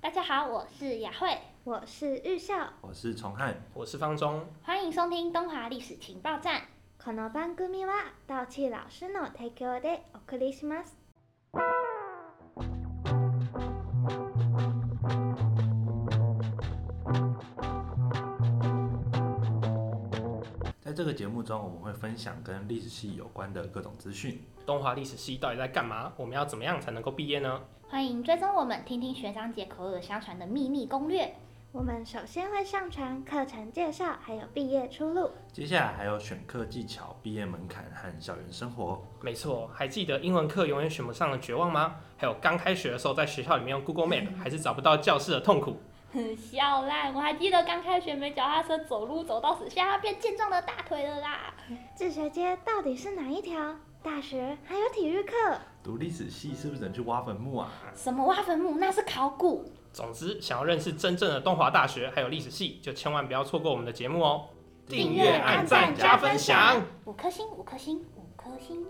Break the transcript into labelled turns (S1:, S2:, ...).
S1: 大家好，我是雅慧，
S2: 我是日校。
S3: 我是崇汉，
S4: 我是方中，
S1: 欢迎收听东华历史情报站。
S2: この番組は道地老師の提供でお送りします。
S3: 在这个节目中，我们会分享跟历史系有关的各种资讯。
S4: 东华历史系到底在干嘛？我们要怎么样才能够毕业呢？
S1: 欢迎追踪我们，听听学长姐口耳相传的秘密攻略。
S2: 我们首先会上传课程介绍，还有毕业出路。
S3: 接下来还有选课技巧、毕业门槛和校园生活。
S4: 没错，还记得英文课永远选不上的绝望吗？还有刚开学的时候在学校里面用 Google Map 还是找不到教室的痛苦。
S1: 很笑烂，我还记得刚开学没脚踏车，走路走到死，现在变健壮的大腿了啦。
S2: 自学街到底是哪一条？大学还有体育课。
S3: 读历史系是不是只能去挖坟墓啊？
S1: 什么挖坟墓，那是考古。
S4: 总之，想要认识真正的东华大学还有历史系，就千万不要错过我们的节目哦！
S3: 订阅按赞
S1: 加分享，五颗星，五颗星，五颗星。